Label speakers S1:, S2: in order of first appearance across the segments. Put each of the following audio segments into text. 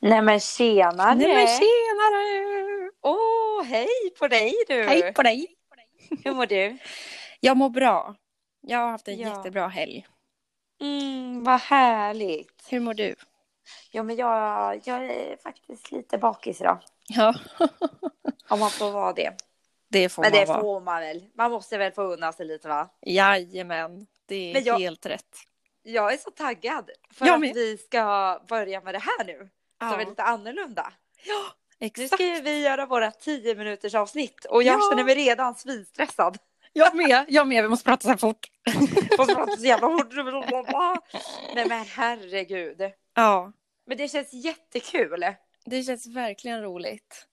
S1: Nej men tjenare!
S2: Nej men tjenare! Åh, hej på dig du!
S1: Hej på dig!
S2: Hur mår du?
S1: Jag mår bra. Jag har haft en
S2: Ja.
S1: jättebra helg.
S2: Mm, vad härligt!
S1: Hur mår du?
S2: Ja men jag, jag är faktiskt lite bakis idag.
S1: Ja,
S2: Om man får vara det.
S1: det får
S2: men
S1: man
S2: det
S1: vara.
S2: får man väl. Man måste väl få unna sig lite va?
S1: Jajamän, det är
S2: Men jag-
S1: helt rätt.
S2: Jag är så taggad för
S1: Jag
S2: att
S1: med.
S2: vi ska börja med det här nu. Som är
S1: Ja,
S2: lite annorlunda. Nu
S1: exakt.
S2: ska ju vi göra våra 10 minuters avsnitt och jag
S1: Ja.
S2: känner mig redan svinstressad.
S1: Jag med, jag med. Vi måste prata så här fort.
S2: Och så pratar så jävla hårt. Nej men herregud.
S1: Ja,
S2: Men det känns jättekul.
S1: det känns verkligen roligt.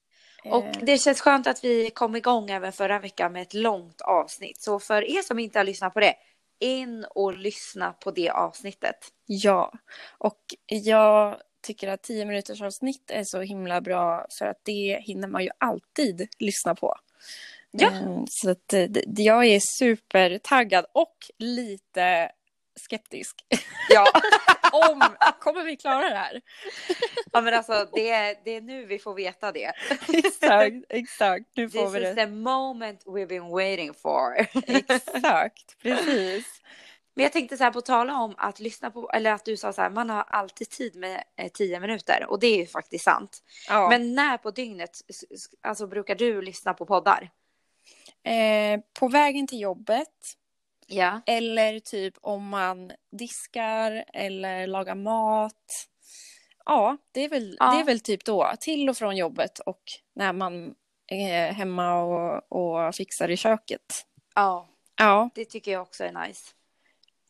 S2: Och
S1: Eh,
S2: det känns skönt att vi kom igång även förra veckan med ett långt avsnitt. Så för er som inte har lyssnat på det, in och lyssna på det avsnittet.
S1: Ja, och jag tycker att 10 minuters avsnitt är så himla bra för att det hinner man ju alltid lyssna på.
S2: Ja.
S1: Eh, Så att eh, d- jag är supertaggad och lite skeptisk.
S2: Ja,
S1: Om, kommer vi klara det här?
S2: ja men alltså det är, det är nu vi får veta det.
S1: Exakt, exakt. Nu får
S2: This
S1: vi
S2: is
S1: det.
S2: the moment we've been waiting for.
S1: Exakt, precis.
S2: Men jag tänkte så här på tala om att lyssna på, eller att du sa så här, man har alltid tid med eh, 10 minuter och det är ju faktiskt sant.
S1: Ja.
S2: Men när på dygnet s- s- alltså, brukar du lyssna på poddar?
S1: eh, på vägen till jobbet
S2: Ja.
S1: Eller typ om man diskar eller lagar mat. Ja, det är väl,
S2: Ja.
S1: Det är väl typ då. Till och från jobbet och när man är hemma och, och fixar i köket.
S2: Ja,
S1: Ja.
S2: det tycker jag också är nice.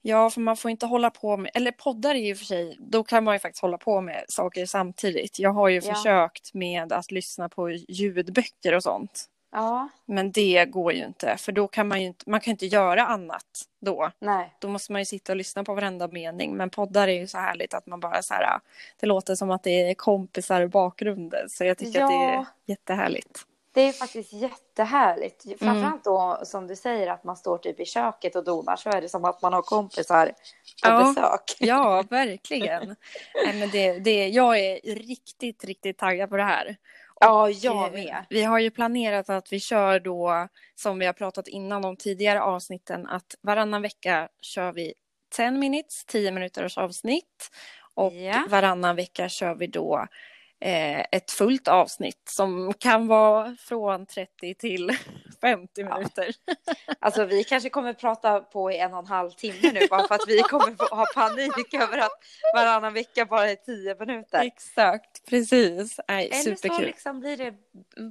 S1: ja, för man får inte hålla på med... Eller poddar är ju för sig... Då kan man ju faktiskt hålla på med saker samtidigt. Jag har ju
S2: Ja.
S1: försökt med att lyssna på ljudböcker och sånt.
S2: Ja,
S1: Men det går ju inte, för då kan man ju inte, man kan inte göra annat då.
S2: nej.
S1: då måste man ju sitta och lyssna på varenda mening. Men poddar är ju så härligt att man bara så här, det låter som att det är kompisar i bakgrunden. Så jag tycker att det är
S2: Ja.
S1: jättehärligt.
S2: Det är faktiskt jättehärligt.
S1: Mm.
S2: Framförallt
S1: Framförallt
S2: då som du säger att man står typ i köket och donar så är det som att man har kompisar på
S1: Ja.
S2: besök.
S1: Ja, verkligen. Nej, men det, det, jag är riktigt, riktigt taggad på det här.
S2: Ja,
S1: Eh, Vi har ju planerat att vi kör då, som vi har pratat innan om tidigare avsnitten, att varannan vecka kör vi 10 minutes, 10 minuters avsnitt. Och
S2: Ja.
S1: varannan vecka kör vi då eh, ett fullt avsnitt som kan vara från 30 till 50
S2: Ja.
S1: minuter.
S2: Alltså vi kanske kommer prata på i en och en halv timme nu bara för att vi kommer få ha panik över att varannan vecka bara är tio minuter.
S1: Exakt, precis. Nej,
S2: Eller så
S1: superkul.
S2: liksom blir det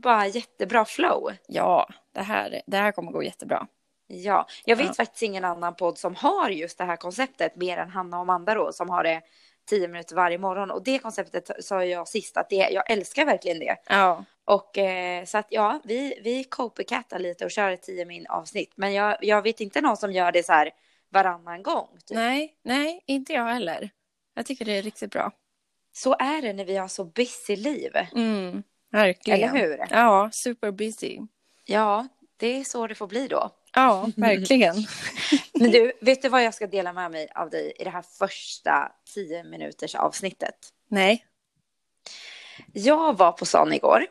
S2: bara jättebra flow.
S1: Ja, det här, det här kommer gå jättebra.
S2: Ja, jag vet
S1: Ja.
S2: faktiskt ingen annan podd som har just det här konceptet mer än Hanna och Amanda då som har det 10 minuter varje morgon och det konceptet sa jag sist att det, jag älskar verkligen det.
S1: Ja,
S2: Och eh, så att ja, vi, vi copycatar lite och kör ett 10 min avsnitt men jag, jag vet inte någon som gör det så här varannan gång. Typ.
S1: nej, nej, inte jag heller. Jag tycker det är riktigt bra.
S2: Så är det när vi har så busy liv,
S1: Mm, verkligen.
S2: eller hur?
S1: Ja, super busy.
S2: Ja, det är så det får bli då.
S1: Ja, verkligen.
S2: Men du, vet du vad jag ska dela med mig av dig i det här första 10 minuters avsnittet?
S1: Nej.
S2: Jag var på stan igår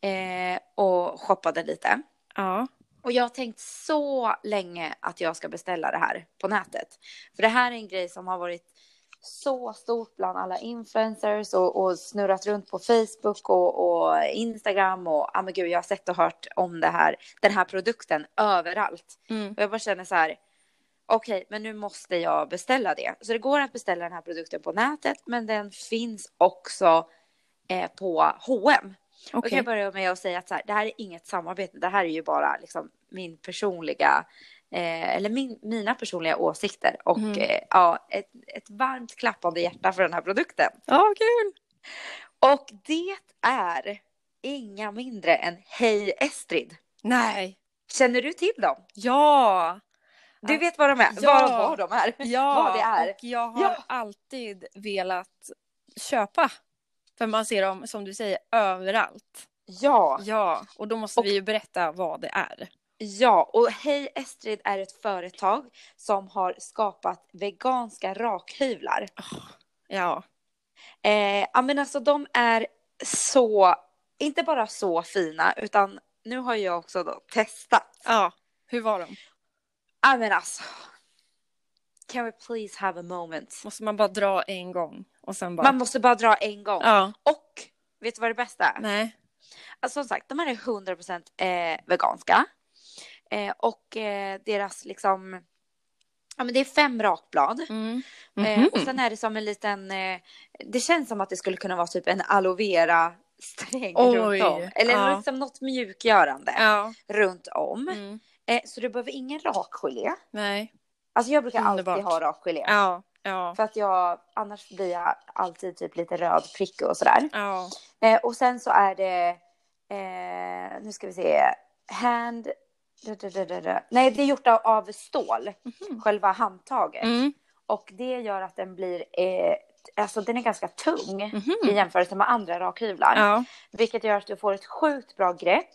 S2: eh, och shoppade lite.
S1: Ja.
S2: Och jag har tänkt så länge att jag ska beställa det här på nätet. För det här är en grej som har varit så stort bland alla influencers och, och snurrat runt på Facebook och, och Instagram och ah, men gud, jag har sett och hört om det här, den här produkten överallt.
S1: Mm.
S2: Och jag bara känner så här, okej, men nu måste jag beställa det. Så det går att beställa den här produkten på nätet, men den finns också eh, på H&M. Då kan
S1: Okej.
S2: jag börja med att säga att så här, det här är inget samarbete, det här är ju bara liksom min personliga, eh, eller min, mina personliga åsikter och
S1: Mm.
S2: eh, ja, ett, ett varmt klappande hjärta för den här produkten.
S1: Ja, kul.
S2: Och det är inga mindre än Hej Estrid.
S1: Nej.
S2: Känner du till dem?
S1: Ja.
S2: Du
S1: Ja.
S2: vet vad de är,
S1: Alltså, Ja.
S2: vad, vad de är.
S1: ja.
S2: Vad det är.
S1: Och jag har
S2: Ja.
S1: alltid velat köpa. För man ser dem, som du säger, överallt.
S2: Ja,
S1: Ja, och då måste
S2: Och-
S1: vi ju berätta vad det är.
S2: ja, och Hej Estrid är ett företag som har skapat veganska rakhyvlar.
S1: Ja.
S2: Eh, ja, men alltså de är så, inte bara så fina, utan nu har jag också då testat.
S1: Ja, hur var de?
S2: Ja, men alltså. Can we please have a moment?
S1: Måste man bara dra en gång och sen bara...
S2: Man måste bara dra en gång.
S1: Ja,
S2: Och vet du vad det bästa är?
S1: nej.
S2: Alltså, som sagt, de här är 100% eh, veganska. Eh, och eh, deras liksom... Ja, men det är fem rakblad.
S1: Mm.
S2: Eh, och sen är det som en liten... Eh, det känns som att det skulle kunna vara typ en aloe vera-sträng
S1: Oj,
S2: runt om. Eller
S1: ja.
S2: liksom något mjukgörande
S1: Ja,
S2: runt om.
S1: mm.
S2: Eh, så du behöver ingen rakgelé.
S1: nej.
S2: Alltså jag brukar alltid
S1: Underbart.
S2: ha rakgelé.
S1: Ja, ja,
S2: För att jag, annars blir jag alltid typ lite röd prick och sådär.
S1: ja.
S2: Eh, och sen så är det, eh, nu ska vi se, hand... da, da, da, da, da. Nej, det är gjort av, av stål,
S1: Mhm.
S2: själva handtaget.
S1: Mm.
S2: Och det gör att den blir, eh, alltså den är ganska tung
S1: Mhm.
S2: i jämförelse med andra rakhyvlar.
S1: Ja,
S2: Vilket gör att du får ett sjukt bra grepp.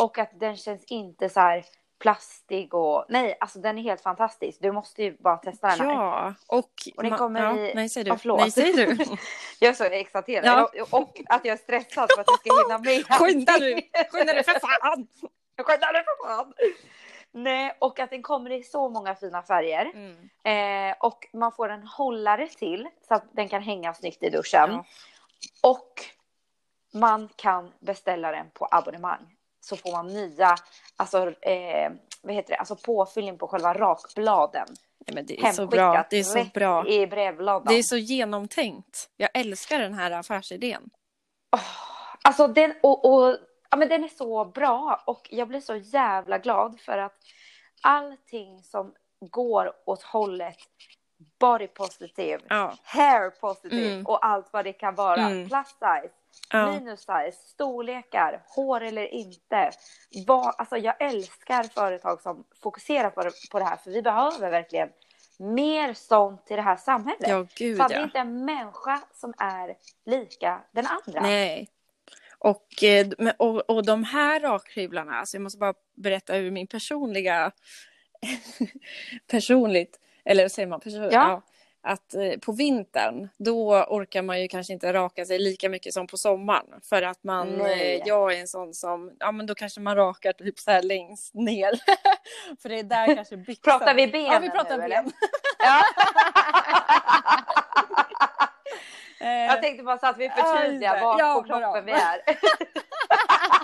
S2: Och att den känns inte så här plastig och, nej, alltså den är helt fantastisk. Du måste ju bara testa den här.
S1: ja. Och,
S2: Och den
S1: ma-
S2: kommer
S1: ja.
S2: i-
S1: Nej, säg
S2: Ja,
S1: du.
S2: förlåt.
S1: nej, säg du. Mm.
S2: Jag är så exalterad.
S1: Ja.
S2: Och- Och att jag är stressad för att jag ska hinna med.
S1: Skynda nu. Skynda dig för fan!
S2: Skynda dig för fan! Nej, och att den kommer i så många fina färger.
S1: Mm.
S2: Eh, och man får en hållare till så att den kan hänga snyggt i duschen.
S1: Ja.
S2: Och man kan beställa den på abonnemang. Så får man nya, alltså eh, vad heter det, alltså påfyllning på själva rakbladen.
S1: Nej, men det är så bra. Det är så
S2: rätt
S1: bra.
S2: i brevlådan.
S1: Det är så genomtänkt. Jag älskar den här affärsidén.
S2: Alltså den, och, och, ja, men den är så bra och jag blir så jävla glad för att allting som går åt hållet body positive,
S1: Ja,
S2: hair positive
S1: Mm.
S2: och allt vad det kan vara.
S1: Mm.
S2: Plus size,
S1: ja.
S2: minus size, storlekar, hår eller inte. Vad, alltså jag älskar företag som fokuserar på det, på det här för vi behöver verkligen mer sånt till det här samhället.
S1: ja gud
S2: För det är
S1: ja.
S2: inte en människa som är lika den andra.
S1: Nej. Och, eh, men- och, och de här rakhyvlarna, alltså jag måste bara berätta ur min personliga... personligt, eller säger man person?
S2: Ja.
S1: Att eh, på vintern, då orkar man ju kanske inte raka sig lika mycket som på sommaren. För att man,
S2: Nej.
S1: eh, jag är en sån som, ja men då kanske man rakar typ så här längst ner. för det är där kanske byxan...
S2: Pratar vi benen
S1: Ja, vi pratar
S2: nu,
S1: ben.
S2: eller? Ja.
S1: Eh,
S2: Jag tänkte bara så att vi förtydligar
S1: Ja,
S2: var
S1: ja,
S2: på
S1: bra.
S2: kroppen vi är.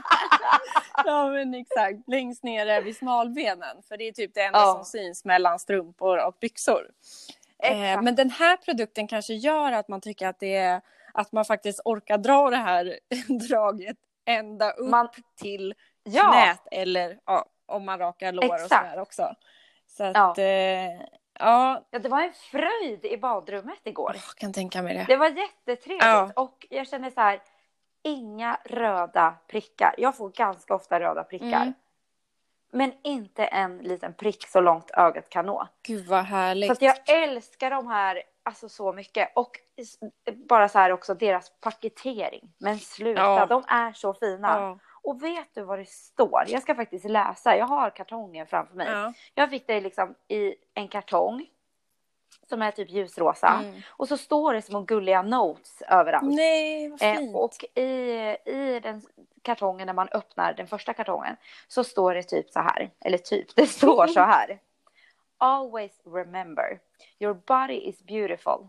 S1: Ja men exakt, längst ner är vi smalbenen för det är typ det enda
S2: Ja.
S1: som syns mellan strumpor och byxor. Eh,
S2: Exakt.
S1: men den här produkten kanske gör att man tycker att det är att man faktiskt orkar dra det här draget ända upp
S2: Man-
S1: till
S2: Ja,
S1: knät eller ja, om man rakar lår och
S2: Exakt.
S1: sådär också. Så att, ja,
S2: Ja.
S1: eh, ja
S2: ja, det var en fröjd i badrummet igår.
S1: jag kan tänka mig det.
S2: Det var jättetrevligt
S1: Ja.
S2: och jag känner så här, inga röda prickar. Jag får ganska ofta röda prickar.
S1: Mm.
S2: Men inte en liten prick så långt ögat kan nå.
S1: Gud vad härligt.
S2: Så att jag älskar de här alltså så mycket. Och s- bara så här också deras paketering. Men sluta,
S1: Ja.
S2: de är så fina.
S1: ja,
S2: Och vet du vad det står? Jag ska faktiskt läsa. Jag har kartongen framför mig.
S1: ja.
S2: Jag fick det liksom i en kartong som är typ ljusrosa.
S1: Mm.
S2: Och så står det små gulliga notes överallt.
S1: Nej, vad
S2: Eh,
S1: fint.
S2: och i, i den kartongen, när man öppnar den första kartongen, så står det typ så här. Eller typ, det står så här. Always remember, your body is beautiful.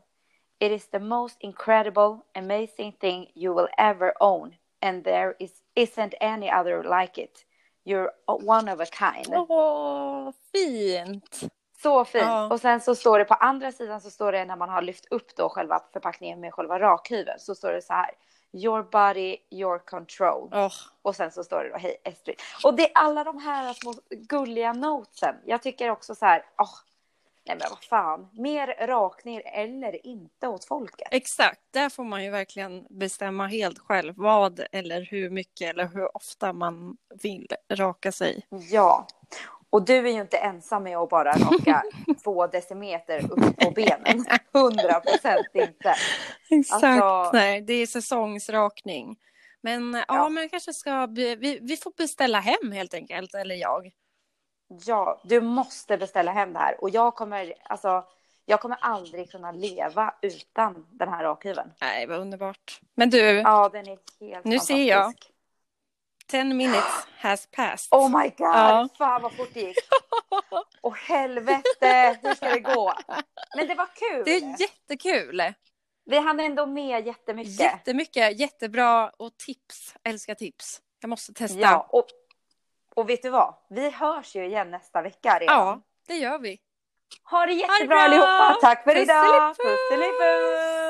S2: It is the most incredible, amazing thing you will ever own. And there is, isn't any other like it. You're one of a kind.
S1: Åh, fint.
S2: Så fint.
S1: Ja.
S2: Och sen så står det på andra sidan så står det när man har lyft upp då själva förpackningen med själva rakhyveln så står det så här. Your body, your control.
S1: Åh,
S2: Och sen så står det då hej Estrid. Och det är alla de här små gulliga notesen. Jag tycker också så här. åh, nej men vad fan. Mer rakningar eller inte åt folket.
S1: Exakt, där får man ju verkligen bestämma helt själv vad eller hur mycket eller hur ofta man vill raka sig.
S2: Ja. Och du är ju inte ensam med att bara raka två decimeter upp på benen. Hundra procent inte.
S1: Exakt,
S2: Alltså-
S1: nej, det är säsongsrakning. Men ja,
S2: Ja.
S1: men jag kanske ska, be, vi, vi får beställa hem helt enkelt, eller jag.
S2: Ja, du måste beställa hem det här. Och jag kommer, alltså, Jag kommer aldrig kunna leva utan den här rakhyveln.
S1: Nej, vad underbart. Men du,
S2: Ja, den är helt
S1: Nu ser
S2: fantastisk.
S1: jag. 10 minutes has passed.
S2: Oh my god,
S1: Ja.
S2: fan vad fort det gick. Och helvete, hur ska det gå? Men det var kul.
S1: det är jättekul.
S2: Vi hann ändå med jättemycket.
S1: Jättemycket, jättebra och tips. Älskar tips. Jag måste testa.
S2: Ja, och, och vet du vad? Vi hörs ju igen nästa vecka redan.
S1: Ja, det gör vi.
S2: Ha det jättebra
S1: bra.
S2: allihopa. Tack för idag.
S1: Pusselipuss.
S2: Pusselipuss.